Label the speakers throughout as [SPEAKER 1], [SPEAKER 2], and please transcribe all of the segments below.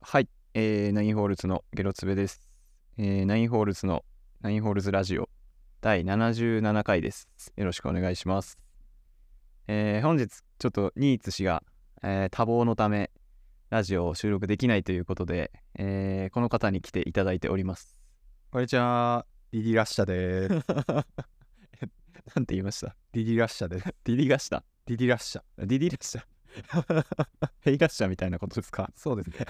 [SPEAKER 1] はい、えー、ナインホールズのゲロツベです。えー、ナインホールズのナインホールズラジオ第77回です。よろしくお願いします。えー、本日ちょっとニーツ氏が、えー多忙のためラジオを収録できないということで、えーこの方に来ていただいております。
[SPEAKER 2] こんにちは、ディディラッシャです。
[SPEAKER 1] なんて言いました
[SPEAKER 2] ディディラッシャです。
[SPEAKER 1] ディディガッシャ
[SPEAKER 2] ディディラッシャ。
[SPEAKER 1] ディディラッシャ ヘイガッシャみたいなことですか
[SPEAKER 2] そうですね。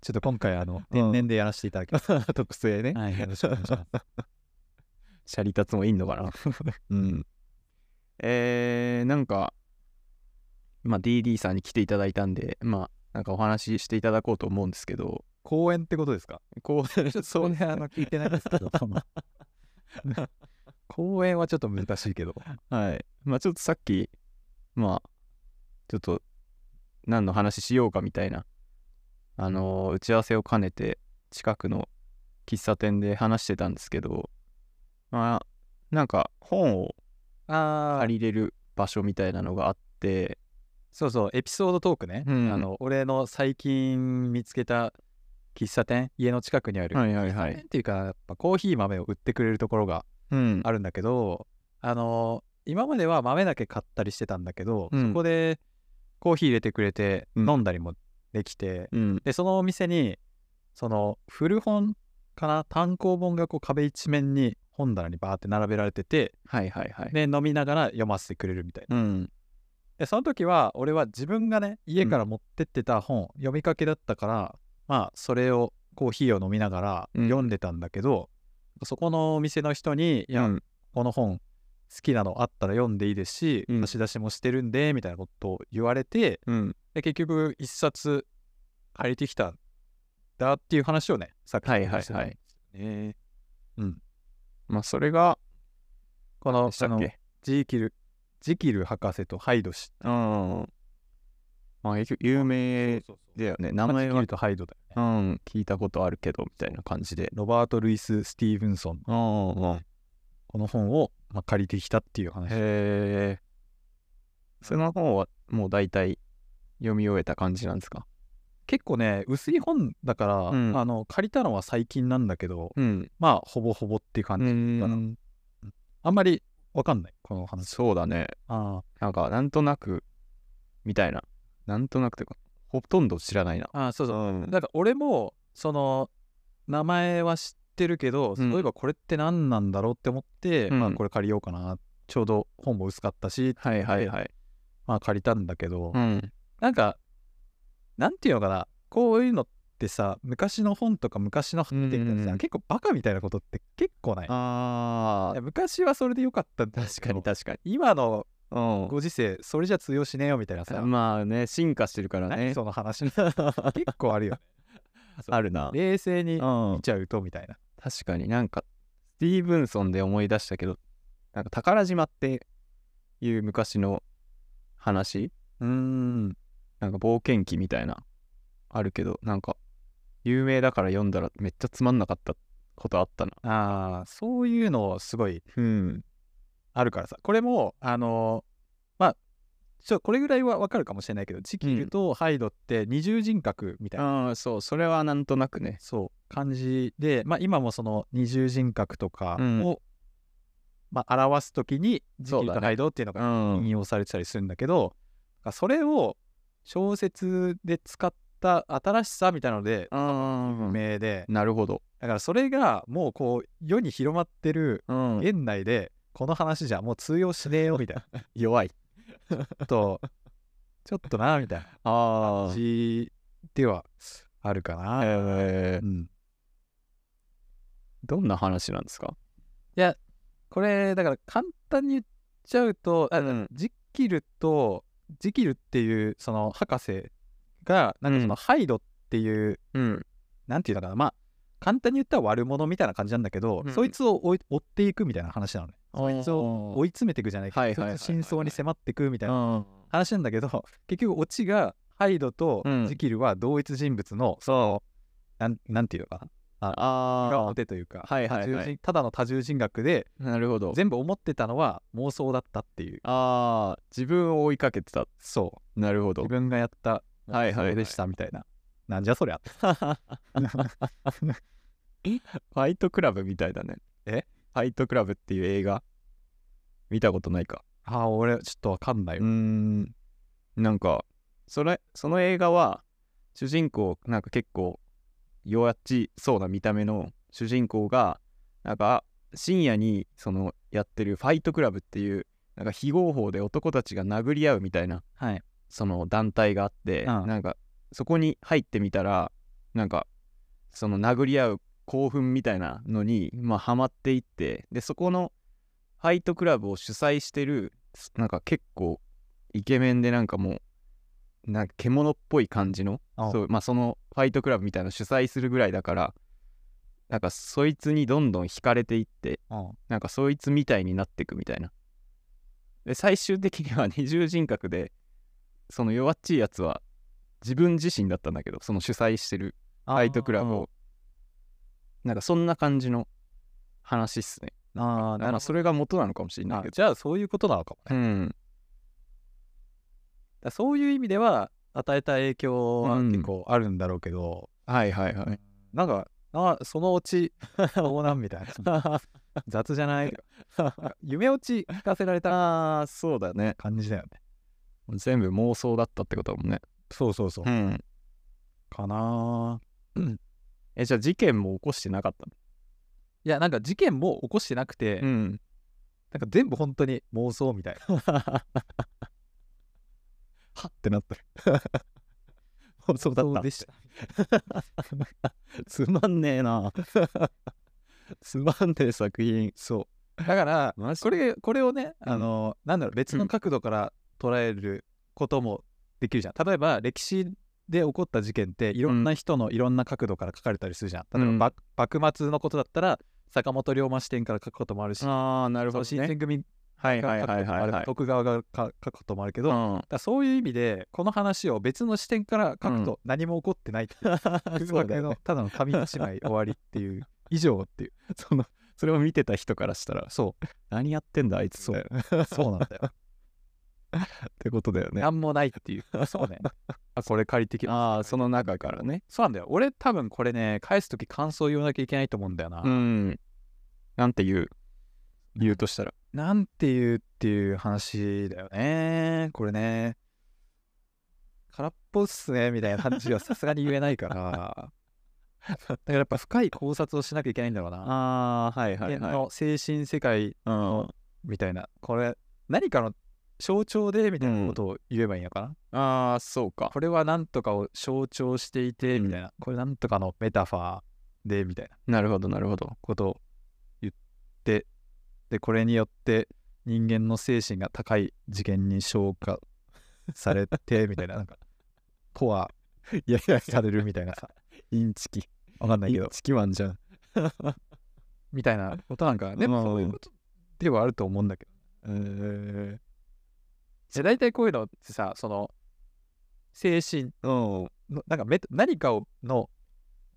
[SPEAKER 2] ちょっと今回、あの、天然でやらせていただきます。
[SPEAKER 1] 特性ね。
[SPEAKER 2] はい、よろしくお願いします。
[SPEAKER 1] シャリタツもいんのかな
[SPEAKER 2] うん。
[SPEAKER 1] えー、なんか、まあ、DD さんに来ていただいたんで、まあ、なんかお話ししていただこうと思うんですけど、
[SPEAKER 2] 公演ってことですか
[SPEAKER 1] こう、
[SPEAKER 2] そうね、あの、聞いてないで すけど。公演はちょっと難しいけど。
[SPEAKER 1] はい。まあ、ちょっとさっき、まあ、ちょっと、何の話しようかみたいな、あのー打ち合わせを兼ねて、近くの喫茶店で話してたんですけど、まあ、なんか、本を
[SPEAKER 2] あ
[SPEAKER 1] 借りれる場所みたいなのがあって、
[SPEAKER 2] そうそう、エピソードトークね。
[SPEAKER 1] うん
[SPEAKER 2] あの、俺の最近見つけた喫茶店、家の近くにある。
[SPEAKER 1] はいはいは
[SPEAKER 2] 喫茶
[SPEAKER 1] い
[SPEAKER 2] 店。っていうか、やっぱコーヒー豆を売ってくれるところが
[SPEAKER 1] うん。
[SPEAKER 2] あるんだけど、あの今までは豆だけ買ったりしてたんだけど、
[SPEAKER 1] うん
[SPEAKER 2] そこでコーヒー入れてくれて
[SPEAKER 1] うん
[SPEAKER 2] 飲んだりもできて、
[SPEAKER 1] うん。
[SPEAKER 2] でそのお店にその古本かな単行本がこう壁一面に本棚にバーって並べられてて
[SPEAKER 1] はいはいはい。
[SPEAKER 2] で飲みながら読ませてくれるみたいな
[SPEAKER 1] うん。
[SPEAKER 2] でその時は俺は自分がね家から持ってってた本、読みかけだったからまあそれをコーヒーを飲みながら
[SPEAKER 1] うん
[SPEAKER 2] 読んでたんだけど、そこのお店の人に「いや、
[SPEAKER 1] うん
[SPEAKER 2] この本好きなのあったら読んでいいですし、
[SPEAKER 1] うん
[SPEAKER 2] 差し出しもしてるんでみたいなことを言われて
[SPEAKER 1] うん。
[SPEAKER 2] で結局一冊借りてきたんだっていう話をねさっき
[SPEAKER 1] はいはいはい。
[SPEAKER 2] ねうん、
[SPEAKER 1] まあ、それが、
[SPEAKER 2] この
[SPEAKER 1] した
[SPEAKER 2] あ
[SPEAKER 1] っ
[SPEAKER 2] の
[SPEAKER 1] け
[SPEAKER 2] ジキルジキル博士とハイド氏
[SPEAKER 1] うん。まあ、結局有名だよね。名
[SPEAKER 2] 名
[SPEAKER 1] 前
[SPEAKER 2] 前ジキ
[SPEAKER 1] は
[SPEAKER 2] ル、とハイドだよね
[SPEAKER 1] うん、聞いたことあるけど、みたいな感じで。
[SPEAKER 2] ロバート・ルイス・スティーブンソン
[SPEAKER 1] うんうん。
[SPEAKER 2] この本を、まあ、借りてきたっていう話
[SPEAKER 1] へえ。その本は、もう大体、読み終えた感じなんですか
[SPEAKER 2] 結構ね薄い本だから、
[SPEAKER 1] うん
[SPEAKER 2] あの借りたのは最近なんだけど
[SPEAKER 1] うん。
[SPEAKER 2] まあほぼほぼっていう感じ、
[SPEAKER 1] うん。
[SPEAKER 2] あんまりわかんないこの話
[SPEAKER 1] そうだね。
[SPEAKER 2] あ
[SPEAKER 1] なんか、なんとなく、みたいな。なんとなくというか、ほとんど知らないな。
[SPEAKER 2] あそう
[SPEAKER 1] う。
[SPEAKER 2] そうんだから俺もその名前は知ってるけど、
[SPEAKER 1] うん
[SPEAKER 2] そういえばこれって何なんだろうって思って、
[SPEAKER 1] うん
[SPEAKER 2] まあこれ借りようかなちょうど本も薄かったし、
[SPEAKER 1] はいはいはい。
[SPEAKER 2] まあ借りたんだけど、
[SPEAKER 1] うん。
[SPEAKER 2] なんかなんていうのかなこういうのってさ昔の本とか昔の本っていうかさ、
[SPEAKER 1] うんうんうん
[SPEAKER 2] 結構バカみたいなことって結構ない
[SPEAKER 1] あ
[SPEAKER 2] い
[SPEAKER 1] ー
[SPEAKER 2] や昔はそれでよかったんだけど
[SPEAKER 1] 確かに確かに。
[SPEAKER 2] 今の
[SPEAKER 1] うん。
[SPEAKER 2] ご時世それじゃ通用しねえよみたいなさ、
[SPEAKER 1] まあね、進化してるから
[SPEAKER 2] 何
[SPEAKER 1] ね。
[SPEAKER 2] その話結構あ るよね
[SPEAKER 1] あるな。
[SPEAKER 2] 冷静に
[SPEAKER 1] うん
[SPEAKER 2] 見。ちゃうとみたいな
[SPEAKER 1] 確かになんか、スティーブンソンで思い出したけど、なんか宝島っていう昔の話、
[SPEAKER 2] うん
[SPEAKER 1] なんか冒険記みたいな、あるけど、なんか、有名だから読んだらめっちゃつまんなかったことあったな。
[SPEAKER 2] あーそういうのすごい
[SPEAKER 1] うん。
[SPEAKER 2] あるからさこれもあのまあちょこれぐらいはわかるかもしれないけどチキルとハイドって二重人格みたいな、
[SPEAKER 1] ああ、そう、それはなんとなくね。
[SPEAKER 2] そう感じで、まあ、今もその二重人格とかを、
[SPEAKER 1] うん
[SPEAKER 2] まあ、表すときにジキ
[SPEAKER 1] そう
[SPEAKER 2] ル
[SPEAKER 1] だ
[SPEAKER 2] と
[SPEAKER 1] ね
[SPEAKER 2] ハイドっていうのが
[SPEAKER 1] うん
[SPEAKER 2] 引。用されてたりするんだけど、それを小説で使った新しさみたいなので
[SPEAKER 1] あ
[SPEAKER 2] 有
[SPEAKER 1] あ、
[SPEAKER 2] 名で、
[SPEAKER 1] なるほど。
[SPEAKER 2] だからそれがもうこう世に広まってる
[SPEAKER 1] うん。
[SPEAKER 2] 現内でこの話じゃもう通用しねえよみたい なち
[SPEAKER 1] 弱い。
[SPEAKER 2] ょっとちょっとなみたいな
[SPEAKER 1] あ
[SPEAKER 2] 感じではあるか
[SPEAKER 1] あ。
[SPEAKER 2] な。
[SPEAKER 1] えー、
[SPEAKER 2] うん
[SPEAKER 1] どんな話なんですか
[SPEAKER 2] これだから簡単に言っちゃうとあ
[SPEAKER 1] ん。
[SPEAKER 2] ジキルとジキルっていうその博士がなんかそ
[SPEAKER 1] うん
[SPEAKER 2] のハイドっていう
[SPEAKER 1] うん。
[SPEAKER 2] なんていうのかなまあ簡単に言ったら悪者みたいな感じなんだけど、
[SPEAKER 1] うん
[SPEAKER 2] そいつを追い追っていくみたいな話なのねそいつを
[SPEAKER 1] を
[SPEAKER 2] 追い詰めていくじゃないけど、
[SPEAKER 1] はいはいはいはいはい
[SPEAKER 2] そいつの真相に迫っていくみたいな
[SPEAKER 1] うん。
[SPEAKER 2] 話なんだけど、結局オチがハイドと
[SPEAKER 1] うん
[SPEAKER 2] ジキルは同一人物の、そうなんなんていうのかな裏
[SPEAKER 1] あ
[SPEAKER 2] 表というか、
[SPEAKER 1] はいはいはい
[SPEAKER 2] 多重人ただの多重人格で
[SPEAKER 1] あ、なるほど。
[SPEAKER 2] 全部思ってたのは妄想だったっていう
[SPEAKER 1] ああ、自分を追いかけてた。
[SPEAKER 2] そ
[SPEAKER 1] なるほ
[SPEAKER 2] う
[SPEAKER 1] ど
[SPEAKER 2] 自。分がやった
[SPEAKER 1] はいはいはい
[SPEAKER 2] 妄想でしたみたいななんじゃそ りゃって
[SPEAKER 1] ファイトクラブみたいだね。
[SPEAKER 2] え
[SPEAKER 1] ファイトクラブっていう映画見たことないか。
[SPEAKER 2] ああ俺ちょっとわかんないう
[SPEAKER 1] ー
[SPEAKER 2] わ
[SPEAKER 1] ん。なんか、それ、その映画は、主人公、なんか結構、弱っちそうな見た目の主人公が、なんか、深夜に、その、やってるファイトクラブっていう、なんか非合法で男たちが殴り合うみたいな、
[SPEAKER 2] はい
[SPEAKER 1] その団体があって、
[SPEAKER 2] うん
[SPEAKER 1] なんか、そこに入ってみたら、なんか、その殴り合う興奮みたいなのに、まあ、ハマっていってでそこのファイトクラブを主催してるすなんか結構イケメンでなんかもうなんか獣っぽい感じの
[SPEAKER 2] あ
[SPEAKER 1] そう、まあ、そのファイトクラブみたいなの主催するぐらいだからなんかそいつにどんどん惹かれていって
[SPEAKER 2] うん
[SPEAKER 1] なんかそいつみたいになってくみたいなで最終的には 二重人格でその弱っちいやつは自分自身だったんだけどその主催してるファイトクラブをなんかそんな感じの話っすね
[SPEAKER 2] ああ
[SPEAKER 1] まあそれが元なのかもしれないけど
[SPEAKER 2] じゃあそういうことなのかもね
[SPEAKER 1] うん
[SPEAKER 2] だからそういう意味では与えた影響は結構あるんだろうけど、
[SPEAKER 1] はいはいはい
[SPEAKER 2] なんかあそのう ち盗難みたいな雑じゃない 夢落ち聞かせられた
[SPEAKER 1] あーそうだね
[SPEAKER 2] 感じだよね
[SPEAKER 1] 全部妄想だったってことだもんね
[SPEAKER 2] そうそうそう、
[SPEAKER 1] ん
[SPEAKER 2] かなあ
[SPEAKER 1] えじゃあ事件も起こしてなかった
[SPEAKER 2] いやなんか事件も起こしてなくて、
[SPEAKER 1] のん
[SPEAKER 2] なんか全部本当に妄想みたい なはっってなった 妄想だったでした
[SPEAKER 1] つまんねえなつまんねえ作品
[SPEAKER 2] そうだから
[SPEAKER 1] マジ
[SPEAKER 2] これこれをね、
[SPEAKER 1] うん
[SPEAKER 2] あのなんだろう別の角度から捉えることもできるじゃん例えば歴史で起こった事件っていろんな人のいろんな角度から書かれたりするじゃん、
[SPEAKER 1] う
[SPEAKER 2] 例え
[SPEAKER 1] ん
[SPEAKER 2] ば幕幕末のことだったら坂本龍馬視点から書くこともあるし、
[SPEAKER 1] ああなるほ
[SPEAKER 2] その
[SPEAKER 1] ど
[SPEAKER 2] 新
[SPEAKER 1] ね
[SPEAKER 2] 選組
[SPEAKER 1] はいは
[SPEAKER 2] が
[SPEAKER 1] い
[SPEAKER 2] 書く
[SPEAKER 1] は
[SPEAKER 2] こともあ
[SPEAKER 1] い
[SPEAKER 2] る、
[SPEAKER 1] はいはい
[SPEAKER 2] 徳川が書くこともあるけど、
[SPEAKER 1] う
[SPEAKER 2] だか
[SPEAKER 1] ん
[SPEAKER 2] らそういう意味でこの話を別の視点から書くと何も起こってないっていう
[SPEAKER 1] そうだよね
[SPEAKER 2] ただの紙一枚終わりっていう以上 っていう
[SPEAKER 1] そのそれを見てた人からしたら
[SPEAKER 2] そう
[SPEAKER 1] 何やってんだあいつ
[SPEAKER 2] そう
[SPEAKER 1] っ
[SPEAKER 2] そうなんだよ
[SPEAKER 1] てことだよね
[SPEAKER 2] 何もないっていうそうね あこれ借りてき
[SPEAKER 1] ああその中からね
[SPEAKER 2] そうなんだよ俺多分これね返す時感想言わなきゃいけないと思うんだよな、
[SPEAKER 1] うんなんて言う言うとしたら
[SPEAKER 2] なんていうっていう話だよねこれね空っぽっすねみたいな感じはさすがに言えないから だからやっぱ深い考察をしなきゃいけないんだろうな
[SPEAKER 1] ああはい
[SPEAKER 2] 人間の精神世界
[SPEAKER 1] うん
[SPEAKER 2] みたいなこれ何かの象徴でみたいなことを言えばいいのかな、
[SPEAKER 1] ああそうか
[SPEAKER 2] これは何とかを象徴していてみたいな、これ何とかのメタファーでみたいな
[SPEAKER 1] なるほどなるほど
[SPEAKER 2] ことを言ってでこれによって人間の精神が高い次元に昇華され てみたいななんかコア
[SPEAKER 1] いやいや
[SPEAKER 2] されるみたいなさ
[SPEAKER 1] インチキ
[SPEAKER 2] わかんないけど
[SPEAKER 1] チキマンじゃん
[SPEAKER 2] みたいなことなんかね、
[SPEAKER 1] うん
[SPEAKER 2] そういうことではあると思うんだけど
[SPEAKER 1] うん
[SPEAKER 2] で大体こういうのってさその精神
[SPEAKER 1] うん
[SPEAKER 2] のなんかメタ何かをの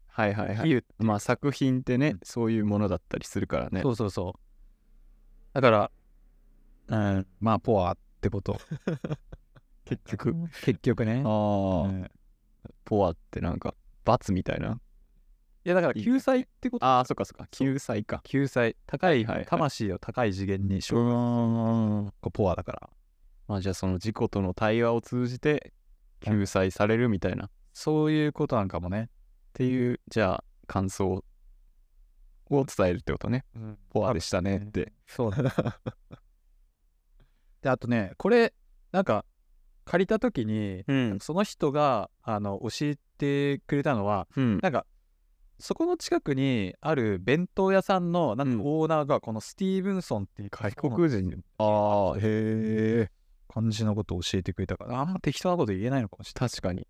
[SPEAKER 1] はいはいはい
[SPEAKER 2] 比喩
[SPEAKER 1] まあ作品ってね、
[SPEAKER 2] うん
[SPEAKER 1] そういうものだったりするからね
[SPEAKER 2] そうそうそう。だから、うん、まあ、ポアってこと。
[SPEAKER 1] 結局
[SPEAKER 2] 結局ね。
[SPEAKER 1] ああ、
[SPEAKER 2] うん
[SPEAKER 1] ポアってなんか罰みたいない
[SPEAKER 2] や、だから、救済ってこと。
[SPEAKER 1] ああそっかそっか救済か
[SPEAKER 2] 救済。高い、
[SPEAKER 1] はいはい
[SPEAKER 2] 魂を高い次元にし
[SPEAKER 1] う
[SPEAKER 2] ょ、
[SPEAKER 1] ん
[SPEAKER 2] ポアだから。
[SPEAKER 1] まあじゃあその事故との対話を通じて救済されるみたいなっ
[SPEAKER 2] そういうことなんかもね。
[SPEAKER 1] ていうじゃあ感想を伝えるってことねポアでしたねって
[SPEAKER 2] そうだ。で、あとね、これ、なんか、借りたときに、
[SPEAKER 1] うん
[SPEAKER 2] その人が、あの、教えてくれたのは、
[SPEAKER 1] うん
[SPEAKER 2] なんかそこの近くにある弁当屋さんのなん
[SPEAKER 1] うん
[SPEAKER 2] かオーナーがこのスティーブンソンっていう
[SPEAKER 1] 外国人ああへえ
[SPEAKER 2] 感じのことを教えてくれたからあんま適当なこと言えないのかもしれない
[SPEAKER 1] 確かに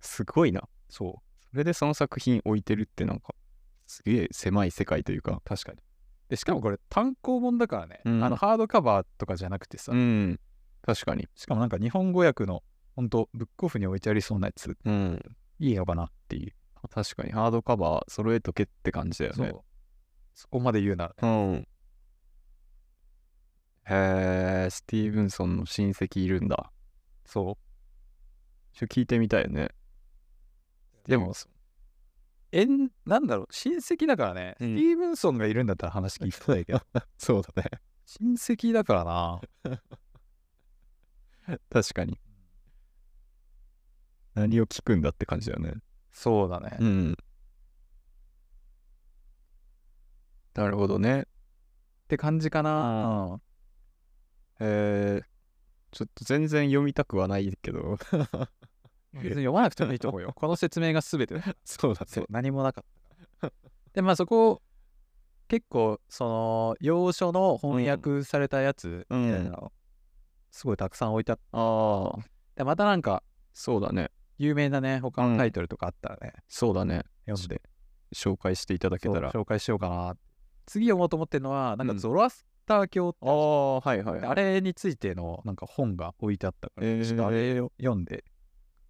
[SPEAKER 1] すごいな
[SPEAKER 2] そ
[SPEAKER 1] それでその作品置いてるってなんかすげえ狭い世界というか
[SPEAKER 2] う確かにでしかもこれ単行本だからね、
[SPEAKER 1] うん
[SPEAKER 2] あのハードカバーとかじゃなくてさ、
[SPEAKER 1] うん確かに
[SPEAKER 2] しかもなんか日本語訳のほんとブックオフに置いてありそうなやつ
[SPEAKER 1] うん
[SPEAKER 2] いいのかなっていう
[SPEAKER 1] 確かにハードカバー揃えとけって感じだよ
[SPEAKER 2] そ
[SPEAKER 1] ね
[SPEAKER 2] うそこまで言うならね
[SPEAKER 1] うんへえスティーブンソンの親戚いるんだ
[SPEAKER 2] そう
[SPEAKER 1] ちょ聞いてみたいよね
[SPEAKER 2] っていう
[SPEAKER 1] でも
[SPEAKER 2] えんなんだろう親戚だからね、
[SPEAKER 1] うん
[SPEAKER 2] スティーブンソンがいるんだったら話聞いてたいけど
[SPEAKER 1] そうだね。
[SPEAKER 2] 親戚だからな
[SPEAKER 1] 確かに。何を聞くんだって感じだよね。
[SPEAKER 2] そうだね、
[SPEAKER 1] うん。なるほどね。
[SPEAKER 2] って感じかな、うん
[SPEAKER 1] えー、ちょっと全然読みたくはないけど。
[SPEAKER 2] 別に読まなくてもいいと思うよこの説明が全てだ
[SPEAKER 1] そうだ
[SPEAKER 2] そう。何もなかったでまあそこ結構その要所の翻訳されたやつ
[SPEAKER 1] うん
[SPEAKER 2] みたいなの、すごいたくさん置いてあって
[SPEAKER 1] ああ、
[SPEAKER 2] でまたなんか
[SPEAKER 1] そうだね。
[SPEAKER 2] 有名なね他
[SPEAKER 1] うん
[SPEAKER 2] のタイトルとかあったらね、
[SPEAKER 1] そうだね。
[SPEAKER 2] 読んで
[SPEAKER 1] 紹介していただけたら。あ
[SPEAKER 2] そう紹介しようかな次読もうと思ってるのはなん
[SPEAKER 1] う
[SPEAKER 2] か
[SPEAKER 1] ん
[SPEAKER 2] ゾロアスター教って
[SPEAKER 1] あー、はいはい
[SPEAKER 2] あれについてのなんか本が置いてあったから、
[SPEAKER 1] えー
[SPEAKER 2] ちょっとあれを読んで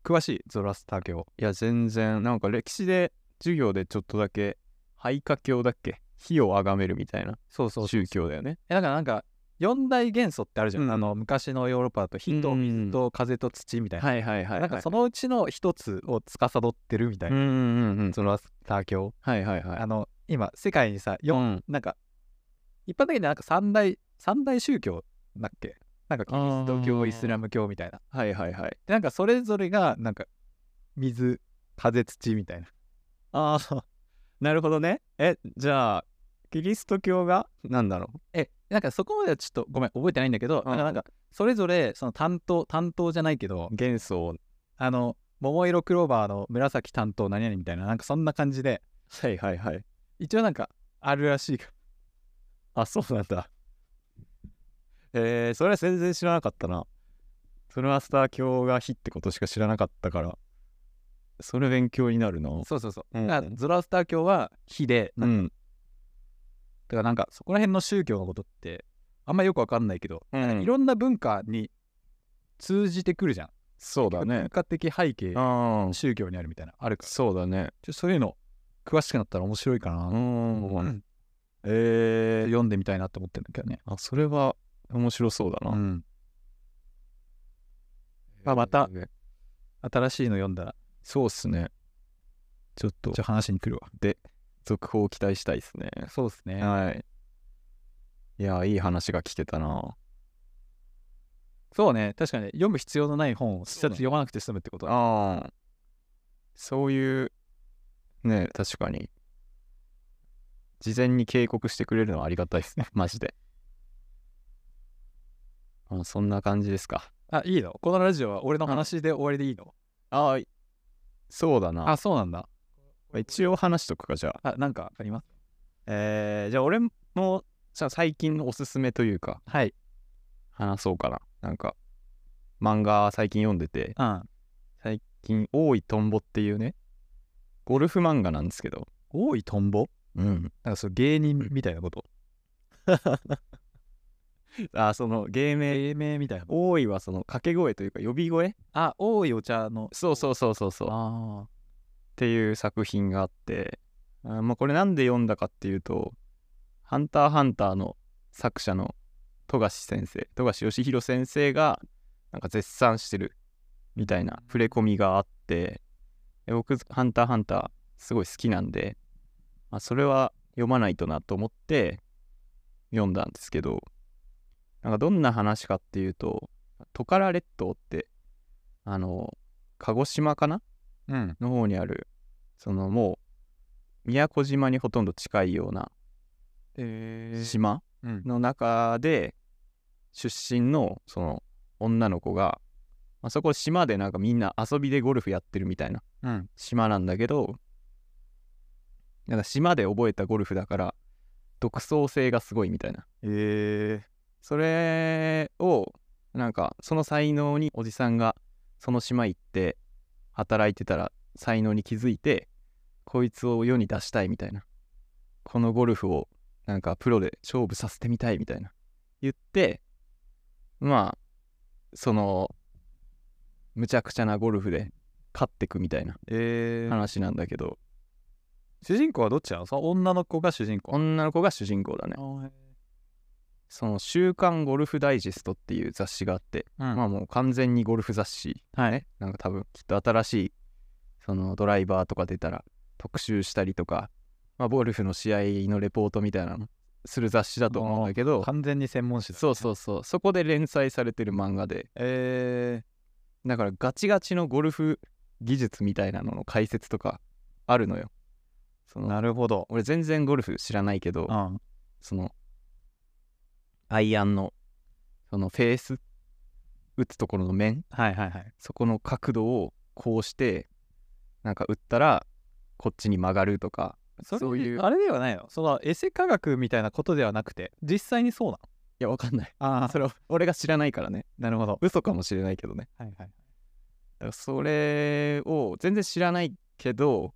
[SPEAKER 2] 詳しいゾロアスター教
[SPEAKER 1] いや、全然、なんか歴史で授業でちょっとだけ、廃家教だっけ火を崇めるみたいな
[SPEAKER 2] そうそう
[SPEAKER 1] 宗教だよね。
[SPEAKER 2] えだからなんか四大元素ってあるじゃん、
[SPEAKER 1] うん
[SPEAKER 2] あの昔のヨーロッパだと火と
[SPEAKER 1] うんうんうん
[SPEAKER 2] 水と風と土みたいな、
[SPEAKER 1] はいはいはいはい。
[SPEAKER 2] なんかそのうちの一つを司ってるみたい
[SPEAKER 1] うん
[SPEAKER 2] な、
[SPEAKER 1] うんうんうん。
[SPEAKER 2] ゾロアスター教、
[SPEAKER 1] はいはいはい。
[SPEAKER 2] あの今世界にさ、
[SPEAKER 1] う
[SPEAKER 2] よん
[SPEAKER 1] ん、
[SPEAKER 2] なんか一般的になんか三大三大宗教だっけなんかキリスト
[SPEAKER 1] あ
[SPEAKER 2] 教
[SPEAKER 1] ー
[SPEAKER 2] イスラム教みたいな
[SPEAKER 1] はいはいはい。
[SPEAKER 2] でなんかそれぞれがなんか水風土みたいな
[SPEAKER 1] ああ、 なるほどね。え、じゃあ、キリスト教が、なんだろ
[SPEAKER 2] えなんかそこまではちょっとごめん覚えてないんだけど、
[SPEAKER 1] うん
[SPEAKER 2] なんかなんかそれぞれその担当担当じゃないけど
[SPEAKER 1] う、元素を。
[SPEAKER 2] あの桃色クローバーの紫担当何々みたいななんかそんな感じで
[SPEAKER 1] はいはいはい。
[SPEAKER 2] 一応なんかあるらしいか
[SPEAKER 1] あ、そうなんだ。えー、それは全然知らなかったな。それはスター教が火ってことしか知らなかったから、それ勉強になるな。
[SPEAKER 2] らそうそうそう、
[SPEAKER 1] うん
[SPEAKER 2] だからゾロアスター教は火で、
[SPEAKER 1] う
[SPEAKER 2] だ
[SPEAKER 1] ん。
[SPEAKER 2] からなんかそこら辺の宗教のことってあんまよくわかんないけど、
[SPEAKER 1] うん
[SPEAKER 2] いろんな文化に通じてくるじゃん
[SPEAKER 1] そうだね
[SPEAKER 2] 文。化的背景
[SPEAKER 1] ああ、
[SPEAKER 2] 宗教にあるみたいなあるから
[SPEAKER 1] そうだね。
[SPEAKER 2] ちょそういうの詳しくなったら面白いかな、
[SPEAKER 1] うん。
[SPEAKER 2] え
[SPEAKER 1] え
[SPEAKER 2] ー
[SPEAKER 1] ー、
[SPEAKER 2] 読んでみたいなって思ってるんだけどね、
[SPEAKER 1] あ、それは面白そうだな。
[SPEAKER 2] んまあまた
[SPEAKER 1] えー
[SPEAKER 2] 新しいの読んだら
[SPEAKER 1] そうっすね。ちょっと
[SPEAKER 2] ちょっと話に来るわ
[SPEAKER 1] 続報を期待したいですね。
[SPEAKER 2] そうですね
[SPEAKER 1] はい。いや、いい話が聞けたな。
[SPEAKER 2] そうね、確かに読む必要のない本を一冊
[SPEAKER 1] そうだね
[SPEAKER 2] 読まなくて済むってことだ。
[SPEAKER 1] ああ。そういう、ね、確かに。事前に警告してくれるのはありがたい ですね。マジで。あそんな感じですか。
[SPEAKER 2] あ、いいのこのラジオは俺の話で終わりでいいの、
[SPEAKER 1] ああ、そうだな。
[SPEAKER 2] あ、そうなんだ。
[SPEAKER 1] 一応話しとくか、じゃあ。
[SPEAKER 2] あ、なんかあります
[SPEAKER 1] えー、じゃあ俺も、じゃあ最近のおすすめというか、
[SPEAKER 2] はい。
[SPEAKER 1] 話そうかな。なんか、漫画最近読んでて、
[SPEAKER 2] うん。
[SPEAKER 1] 最近、大井トンボっていうね、ゴルフ漫画なんですけど、
[SPEAKER 2] 多いトンボ
[SPEAKER 1] うん。
[SPEAKER 2] なんかそう芸人みたいなこと。
[SPEAKER 1] あ、その、芸名、
[SPEAKER 2] 芸名みたいな。
[SPEAKER 1] 大井はその掛け声というか呼び声
[SPEAKER 2] あ、多いお茶の。
[SPEAKER 1] そうそうそうそうそう。っ
[SPEAKER 2] あ
[SPEAKER 1] ていう作品があって、あまあ、これなんで読んだかっていうと、ハンターハンターの作者の富樫先生、富樫義弘先生が、なんか絶賛してるみたいな触れ込みがあって、で僕、ハンターハンターすごい好きなんで、まあ、それは読まないとなと思って読んだんですけど、なんかどんな話かっていうと、トカラ列島って、あの、鹿児島かな
[SPEAKER 2] あ。うん。
[SPEAKER 1] の方にあるそのもう宮古島にほとんど近いような
[SPEAKER 2] え
[SPEAKER 1] 島
[SPEAKER 2] うん。
[SPEAKER 1] の中で出身のその女の子が、まあ、そこ島でなんかみんな遊びでゴルフやってるみたいな
[SPEAKER 2] うん。
[SPEAKER 1] 島なんだけどなんか島で覚えたゴルフだから独創性がすごいみたいな
[SPEAKER 2] え
[SPEAKER 1] それをなんかその才能におじさんがその島行って働いてたら才能に気づいてこいつを世に出したいみたいなこのゴルフをなんかプロで勝負させてみたいみたいな言ってまあそのむちゃくちゃなゴルフで勝ってくみたいな
[SPEAKER 2] えー
[SPEAKER 1] 話なんだけど
[SPEAKER 2] 主人公はどっちなのその女の子が主人公。
[SPEAKER 1] 女の子が主人公だね
[SPEAKER 2] うん。
[SPEAKER 1] その「週刊ゴルフダイジェスト」っていう雑誌があってまあもう完全にゴルフ雑誌、はい、なんか多分きっと新しいそのドライバーとか出たら特集したりとか、まあ、ゴルフの試合のレポートみたいなのする雑誌だと思うんだけど
[SPEAKER 2] 完全に専門誌だ
[SPEAKER 1] そうそうそうそこで連載されてる漫画で
[SPEAKER 2] え
[SPEAKER 1] だからガチガチのゴルフ技術みたいなのの解説とかあるのよそ
[SPEAKER 2] ー、
[SPEAKER 1] の
[SPEAKER 2] なるほど
[SPEAKER 1] 俺全然ゴルフ知らないけど
[SPEAKER 2] うん
[SPEAKER 1] そのアイアンのそのフェース打つところの面
[SPEAKER 2] はいはいはい
[SPEAKER 1] そこの角度をこうしてなんか打ったらこっちに曲がるとか
[SPEAKER 2] それ
[SPEAKER 1] そういう
[SPEAKER 2] あれではないのそのエセ科学みたいなことではなくて実際にそうない
[SPEAKER 1] やわかんない
[SPEAKER 2] のああ
[SPEAKER 1] それは俺が知らないからね
[SPEAKER 2] なるほど
[SPEAKER 1] 嘘かもしれないけどね
[SPEAKER 2] はいはい
[SPEAKER 1] だからそれを全然知らないけど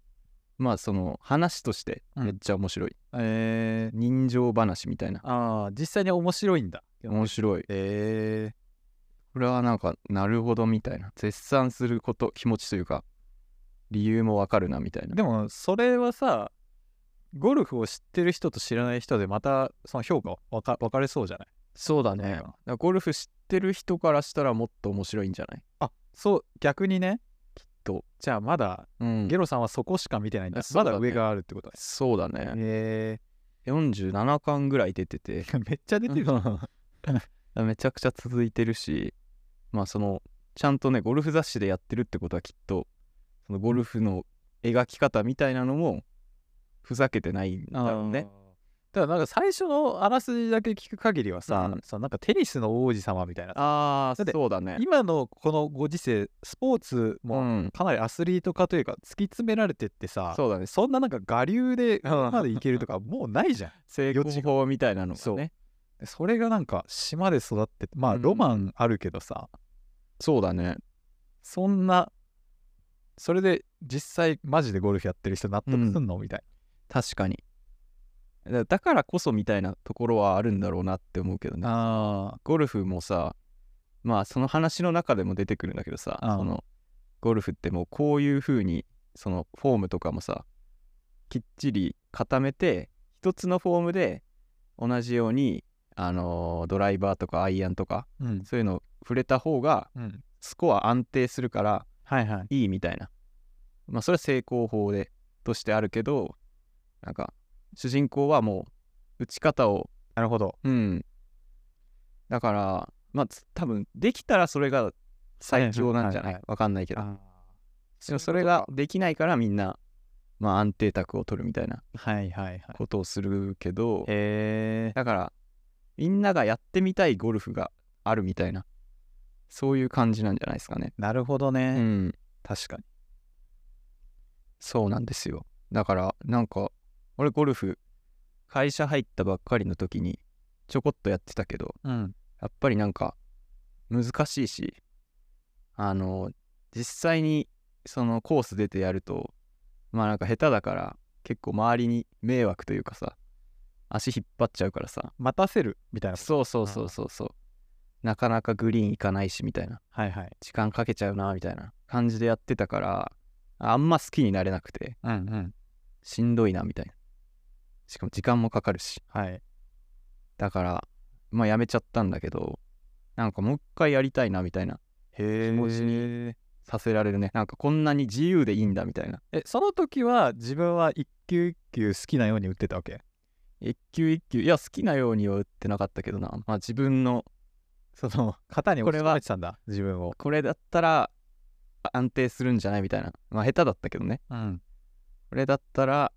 [SPEAKER 1] まあその話としてめっちゃ面白い、
[SPEAKER 2] えー、
[SPEAKER 1] 人情話みたいな
[SPEAKER 2] ああ実際に面白いんだ
[SPEAKER 1] 面白い
[SPEAKER 2] え
[SPEAKER 1] これはなんかなるほどみたいな絶賛すること気持ちというか理由もわかるなみたい
[SPEAKER 2] ー、
[SPEAKER 1] な
[SPEAKER 2] でもそれはさゴルフを知ってる人と知らない人でまたその評価分か分かれそうじゃない
[SPEAKER 1] そうだ
[SPEAKER 2] ね
[SPEAKER 1] だからゴルフ知ってる人からしたらもっと面白いんじゃない
[SPEAKER 2] あそう逆にねきっ
[SPEAKER 1] と
[SPEAKER 2] じゃあまだ
[SPEAKER 1] うん
[SPEAKER 2] ゲロさんはそこしか見てないんだ、
[SPEAKER 1] あそ
[SPEAKER 2] ま
[SPEAKER 1] うだね
[SPEAKER 2] だ上があるってことです
[SPEAKER 1] そうだね、
[SPEAKER 2] へ
[SPEAKER 1] 47巻ぐらい出てて
[SPEAKER 2] えめっちゃ出てるな
[SPEAKER 1] めちゃくちゃ続いてるしまあそのちゃんとねゴルフ雑誌でやってるってことはきっとそのゴルフの描き方みたいなのもふざけてないんだろうね
[SPEAKER 2] ただなんか最初のあらすじだけ聞く限りはさ、
[SPEAKER 1] うん
[SPEAKER 2] さなんかテニスの王子様みたいな
[SPEAKER 1] あ
[SPEAKER 2] だって
[SPEAKER 1] そうだね
[SPEAKER 2] 今のこのご時世スポーツ
[SPEAKER 1] う
[SPEAKER 2] も
[SPEAKER 1] ん
[SPEAKER 2] かなりアスリート化というか突き詰められてってさ
[SPEAKER 1] そうだね
[SPEAKER 2] そんななんか我流でここまでいけるとかもうないじゃん
[SPEAKER 1] 成功法みたいなのが
[SPEAKER 2] そう
[SPEAKER 1] ね
[SPEAKER 2] でそれがなんか島で育っててまあ
[SPEAKER 1] うん
[SPEAKER 2] ロマンあるけどさ、
[SPEAKER 1] そうだね
[SPEAKER 2] そんなそれで実際マジでゴルフやってる人納得すんの、みたい
[SPEAKER 1] 確かにだだからこそみたいなところはあるんだろうなって思うけどね
[SPEAKER 2] なあ
[SPEAKER 1] ゴルフもさまあその話の中でも出てくるんだけどさ
[SPEAKER 2] うん
[SPEAKER 1] そのゴルフってもうこういう風にそのフォームとかもさきっちり固めて一つのフォームで同じようにあのードライバーとかアイアンとか
[SPEAKER 2] うん
[SPEAKER 1] そういうの触れた方が
[SPEAKER 2] うん
[SPEAKER 1] スコア安定するから
[SPEAKER 2] はいはい
[SPEAKER 1] いいみたいなまあそれは成功法でとしてあるけどなんか主人公はもう打ち方を
[SPEAKER 2] なるほど
[SPEAKER 1] うん。だから、まあ、つ多分できたらそれが最強なんじゃないわ、
[SPEAKER 2] はいはいは
[SPEAKER 1] かんないけど。
[SPEAKER 2] あ
[SPEAKER 1] でもそれができないからみんな、まあ、安定卓を取るみたいな
[SPEAKER 2] はいはいはい
[SPEAKER 1] ことをするけど、
[SPEAKER 2] へえ
[SPEAKER 1] だから、みんながやってみたいゴルフがあるみたいな、そういう感じなんじゃないですかね。
[SPEAKER 2] なるほど
[SPEAKER 1] う
[SPEAKER 2] ね、
[SPEAKER 1] ん。
[SPEAKER 2] 確かに
[SPEAKER 1] そうなんですよ。だから、なんか、俺ゴルフ、会社入ったばっかりの時に、ちょこっとやってたけど、
[SPEAKER 2] うん
[SPEAKER 1] やっぱりなんか難しいしあの実際にそのコース出てやるとまあなんか下手だから結構周りに迷惑というかさ足引っ張っちゃうからさ
[SPEAKER 2] 待たせるみたいな
[SPEAKER 1] そうそうそうそうそうなかなかグリーン行かないしみたいな
[SPEAKER 2] はいはい
[SPEAKER 1] 時間かけちゃうなみたいな感じでやってたからあんま好きになれなくて
[SPEAKER 2] うんうん
[SPEAKER 1] しんどいなみたいなしかも時間もかかるし
[SPEAKER 2] はい
[SPEAKER 1] だからまあやめちゃったんだけどなんかもう一回やりたいなみたいな
[SPEAKER 2] へ
[SPEAKER 1] 気持ちにさせられるねなんかこんなに自由でいいんだみたいな
[SPEAKER 2] えその時は自分は一球一球好きなように打ってたわけ
[SPEAKER 1] 一球一球いや好きなようには打ってなかったけどなまあ自分の
[SPEAKER 2] その肩に
[SPEAKER 1] こ
[SPEAKER 2] こ
[SPEAKER 1] れ
[SPEAKER 2] れ
[SPEAKER 1] は
[SPEAKER 2] はてたんだ自分を
[SPEAKER 1] これだったらあ安定するんじゃないみたいなまあ下手だったけどね
[SPEAKER 2] うん
[SPEAKER 1] これだったら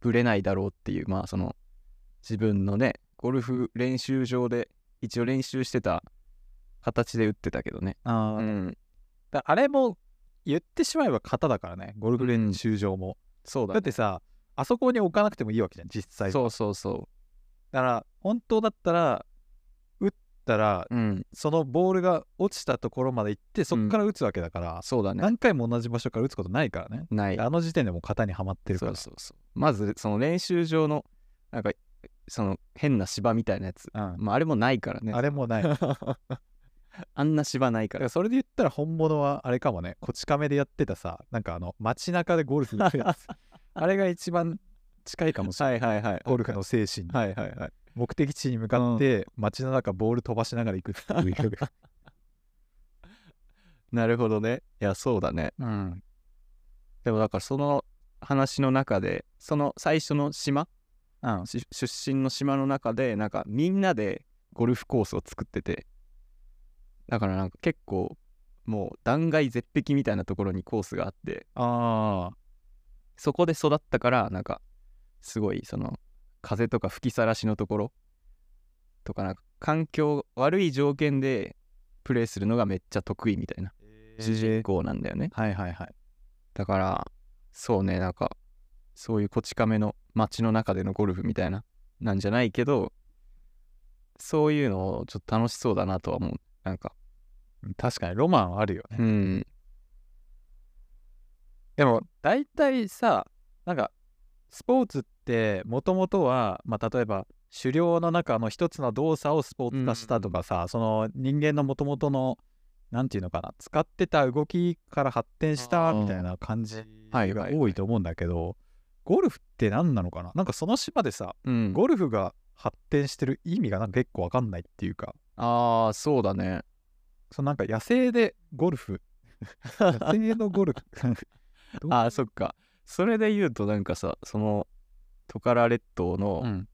[SPEAKER 1] ブレないだろうっていうまあその自分のねゴルフ練習場で一応練習してた形で打ってたけどね
[SPEAKER 2] あ
[SPEAKER 1] う
[SPEAKER 2] ー
[SPEAKER 1] ん
[SPEAKER 2] だあれも言ってしまえば型だからねゴルフ練習場も、
[SPEAKER 1] そうだ,、
[SPEAKER 2] だってさあそこに置かなくてもいいわけじゃん実際
[SPEAKER 1] そうそうそ
[SPEAKER 2] だから本当だったら打ったら
[SPEAKER 1] ううん
[SPEAKER 2] そのボールが落ちたところまで行ってそこから打つわけだから、
[SPEAKER 1] そうだね
[SPEAKER 2] 何回も同じ場所から打つことないからね、
[SPEAKER 1] ない
[SPEAKER 2] あの時点でもう型にはまってるから
[SPEAKER 1] そうそうそうまずその練習場のなんかその変な芝みたいなやつ、
[SPEAKER 2] うん
[SPEAKER 1] まあ、あれもないからね
[SPEAKER 2] あれ もないだか
[SPEAKER 1] あんな芝ないから
[SPEAKER 2] らそれで言ったら本物はあれかもねこち亀でやってたさなんかあの街中でゴルフやる やつあれが一番近いかもしれない
[SPEAKER 1] いはいはい
[SPEAKER 2] ゴルフの精神に
[SPEAKER 1] はいはいはい
[SPEAKER 2] 目的地に向かって街の中ボール飛ばしながら行く っていう
[SPEAKER 1] なるほどねいやそうだね
[SPEAKER 2] うん
[SPEAKER 1] でもだからその話の中でその最初の島
[SPEAKER 2] うん。
[SPEAKER 1] し出身の島の中でなんかみんなでゴルフコースを作っててだからなんか結構もう断崖絶壁みたいなところにコースがあって
[SPEAKER 2] ああ。
[SPEAKER 1] そこで育ったからなんかすごいその風とか吹きさらしのところとかなんか環境悪い条件でプレーするのがめっちゃ得意みたいな主人公なんだよね
[SPEAKER 2] はいはいはい。
[SPEAKER 1] だからそうねなんかそういうこち亀の街の中でのゴルフみたいななんじゃないけどそういうのをちょっと楽しそうだなとは思うなんか
[SPEAKER 2] 確かにロマンはあるよね。
[SPEAKER 1] うん
[SPEAKER 2] でも大体さなんかスポーツってもともとは、まあ、例えば狩猟の中の一つの動作をスポーツ化したとかさ、その人間のもともとのなんていうのかな使ってた動きから発展した
[SPEAKER 1] あー
[SPEAKER 2] みたいな感じ
[SPEAKER 1] はい
[SPEAKER 2] が
[SPEAKER 1] はい
[SPEAKER 2] 多いと思うんだけどゴルフって何なのかななんかその島でさ
[SPEAKER 1] うん
[SPEAKER 2] ゴルフが発展してる意味がなんか結構わかんないっていうか
[SPEAKER 1] ああそうだね
[SPEAKER 2] そのなんか野生でゴル フ野生のゴルフどう
[SPEAKER 1] あーそっかそれで言うとなんかさそのトカラ列島の、
[SPEAKER 2] うん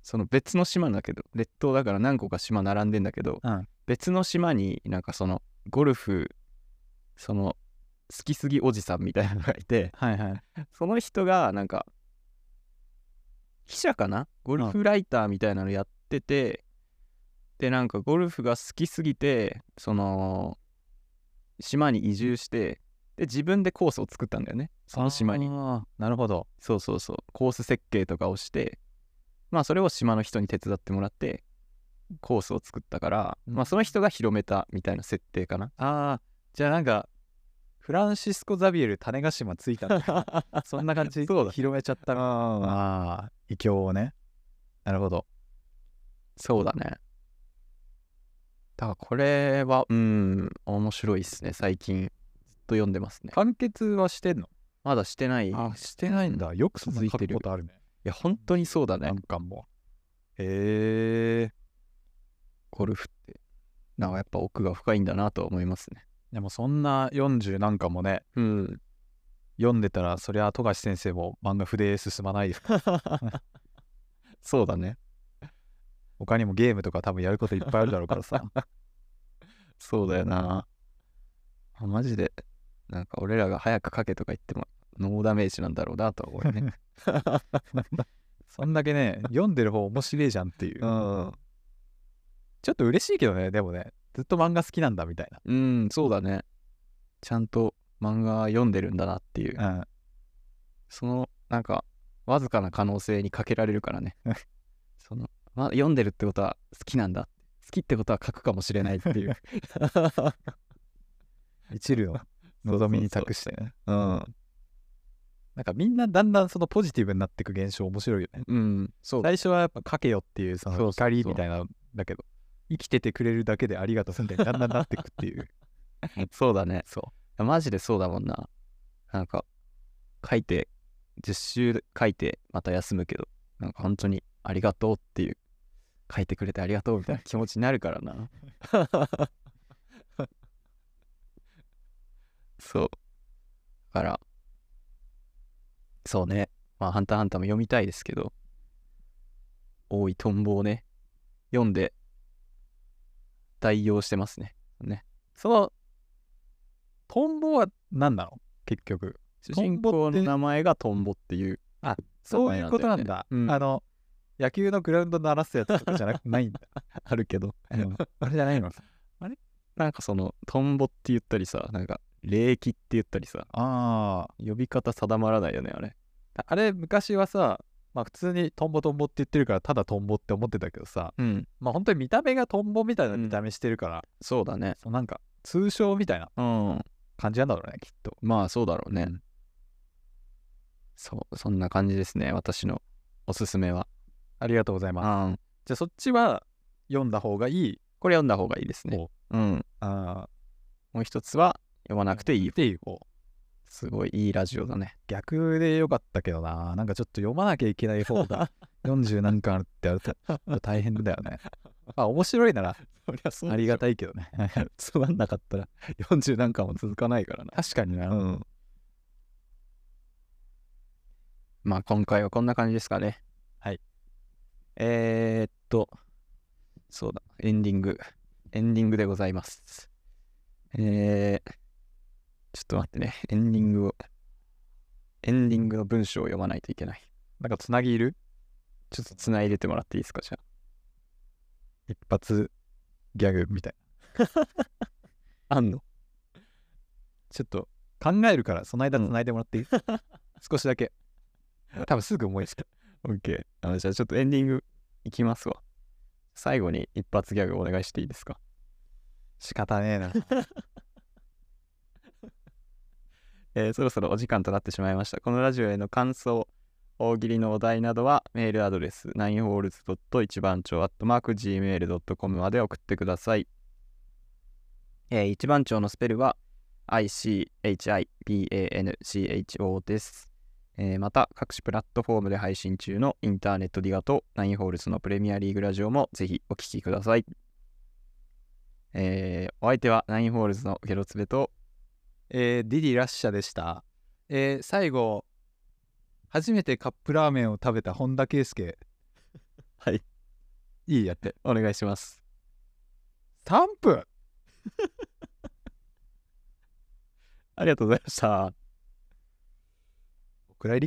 [SPEAKER 1] その別の島だけど列島だから何個か島並んでんだけど、
[SPEAKER 2] うん
[SPEAKER 1] 別の島になんかそのゴルフその好きすぎおじさんみたいなのがいて
[SPEAKER 2] はいはい
[SPEAKER 1] その人がなんか記者かなゴルフライターみたいなのやってて、でなんかゴルフが好きすぎてその島に移住してで自分でコースを作ったんだよねその島に
[SPEAKER 2] あーなるほど
[SPEAKER 1] そうそうそうコース設計とかをしてまあそれを島の人に手伝ってもらってコースを作ったから、
[SPEAKER 2] うん
[SPEAKER 1] まあその人が広めたみたいな設定かな
[SPEAKER 2] ああ、じゃあなんか、フランシスコ・ザビエル種子島ついたんだそんな感じ
[SPEAKER 1] そうだ
[SPEAKER 2] 広めちゃったああ、異教をね。なるほど。
[SPEAKER 1] そうだねだからこれはうん面白いっすね最近ずっと読んでますね
[SPEAKER 2] 完結はしてんの
[SPEAKER 1] まだしてないい
[SPEAKER 2] してないんだ。よくそんな
[SPEAKER 1] 続
[SPEAKER 2] 書
[SPEAKER 1] いて
[SPEAKER 2] く
[SPEAKER 1] る
[SPEAKER 2] ことあるね。
[SPEAKER 1] や本当にそうだね
[SPEAKER 2] 何巻も。へえ。
[SPEAKER 1] ゴルフってなんかやっぱ奥が深いんだなとは思いますね
[SPEAKER 2] でもそんな40なんかもね、
[SPEAKER 1] うん
[SPEAKER 2] 読んでたら、そりゃ富樫先生も漫画筆進まないですから
[SPEAKER 1] そうだね
[SPEAKER 2] 他にもゲームとか多分やることいっぱいあるだろうからさ。
[SPEAKER 1] そうだよな。あマジで、なんか俺らが早く書けとか言っても、ノーダメージなんだろうなとは思うね。
[SPEAKER 2] そんだけね、読んでる方面白いじゃんっていう。
[SPEAKER 1] ん。
[SPEAKER 2] ちょっと嬉しいけどね、でもね、ずっと漫画好きなんだみたい
[SPEAKER 1] うん、そうだね。ちゃんと漫画読んでるんだなっていう。
[SPEAKER 2] な。うん。
[SPEAKER 1] その、なんか、わずかな可能性にかけられるから ね。その、ま、読んでるってことは好きなんだ。好きってことは書くかもしれないっていう。
[SPEAKER 2] 一縷を望みに託してね。
[SPEAKER 1] うん。
[SPEAKER 2] なんかみんなだんだんそのポジティブになっていく現象面白いよね。
[SPEAKER 1] うん、そうだ。
[SPEAKER 2] 最初はやっぱ書けよっていう
[SPEAKER 1] そ
[SPEAKER 2] そ
[SPEAKER 1] うそ
[SPEAKER 2] の
[SPEAKER 1] うそう
[SPEAKER 2] 怒りみたいなんだけど、生きててくれるだけでありがとうみたいにだんだんなっていくっていう。
[SPEAKER 1] そうだね。
[SPEAKER 2] そ
[SPEAKER 1] いやマジでそうだもんな。なんか、書いて、10週書いて、また休むけど、なんか本当にありがとうっていう、書いてくれてありがとうみたいな気持ちになるからな。そう。だから、そうね。まあ、ハンターハンターも読みたいですけど、多いトンボをね、読んで、代用してますね。
[SPEAKER 2] う。その トンボは何なの結局。
[SPEAKER 1] 主
[SPEAKER 2] トン
[SPEAKER 1] 人
[SPEAKER 2] ボって
[SPEAKER 1] 公の名前がトンボっていう
[SPEAKER 2] そういうことなんだ。
[SPEAKER 1] うん
[SPEAKER 2] あの野球のグラウンド鳴らすやつとかじゃなくないん だ。
[SPEAKER 1] あるけど、
[SPEAKER 2] うんあれじゃないの
[SPEAKER 1] なんかそのトンボって言ったりさなんか霊気って言ったりさ
[SPEAKER 2] ああ。
[SPEAKER 1] 呼び方定まらないよねあれ
[SPEAKER 2] あれ昔はさ、まあ、普通にトンボトンボって言ってるからただトンボって思ってたけどさ、
[SPEAKER 1] うん
[SPEAKER 2] まあ、本当に見た目がトンボみたいな
[SPEAKER 1] うん
[SPEAKER 2] 見た目してるから、
[SPEAKER 1] そうだね
[SPEAKER 2] そうなんか通称みたいな
[SPEAKER 1] うん
[SPEAKER 2] 感じなんだろうねきっと。
[SPEAKER 1] まあそうだろうね、
[SPEAKER 2] うん
[SPEAKER 1] そうそんな感じですね私のおすすめは
[SPEAKER 2] ありがとうございます。
[SPEAKER 1] うん
[SPEAKER 2] じゃあそっちは読んだ方がいい。
[SPEAKER 1] これ読んだ方がいいですね
[SPEAKER 2] お
[SPEAKER 1] うん
[SPEAKER 2] あ
[SPEAKER 1] もう一つは読ま
[SPEAKER 2] ー
[SPEAKER 1] なくていい
[SPEAKER 2] っていう方。
[SPEAKER 1] すごいいいラジオだね
[SPEAKER 2] 逆でよかったけどな。なんかちょっと読まなきゃいけない方 が40何巻あるってあるとちょっと大変だよね。まあ面白いならありが
[SPEAKER 1] い
[SPEAKER 2] たいけどね。
[SPEAKER 1] つまんなかったら40何巻も続かないからな
[SPEAKER 2] 確かにな。まあ今回はこんな感じですかね。
[SPEAKER 1] はい。
[SPEAKER 2] えー、っと、そうだ、エンディング。エンディングでございます。えー、ちょっと待ってね。エンディングを、エンディングの文章を読まないといけない。
[SPEAKER 1] なんかつなぎいる
[SPEAKER 2] ちょっと繋いでてもらっていいですか、じゃあ。
[SPEAKER 1] 一発ギャグみたい
[SPEAKER 2] あんの
[SPEAKER 1] な。ちょっと考えるから、その間つないでもら っていい、少しだけ。多分すぐ思いつく。
[SPEAKER 2] ?OK。あのじゃあちょっとエンディングいきますわ。最後に一発ギャグお願いしていいですか
[SPEAKER 1] 仕方ねえな。
[SPEAKER 2] えーそろそろお時間となってしまいました。このラジオへの感想、大喜利のお題などはメールアドレス 9holes. 番町 .gmail.com まで送ってください。えー一番町のスペルは ICHIBANCHO です。えーまた、各種プラットフォームで配信中のインターネットディガと9ホールズのプレミアリーグラジオもぜひお聴きください。えーお相手は9ホールズのゲロツベと
[SPEAKER 1] えーディディラッシャでした。えー最後、初めてカップラーメンを食べた本田圭佑。
[SPEAKER 2] はい。
[SPEAKER 1] いいやって。
[SPEAKER 2] お願いします。
[SPEAKER 1] 3分
[SPEAKER 2] ありがとうございました。
[SPEAKER 1] お蔵入りか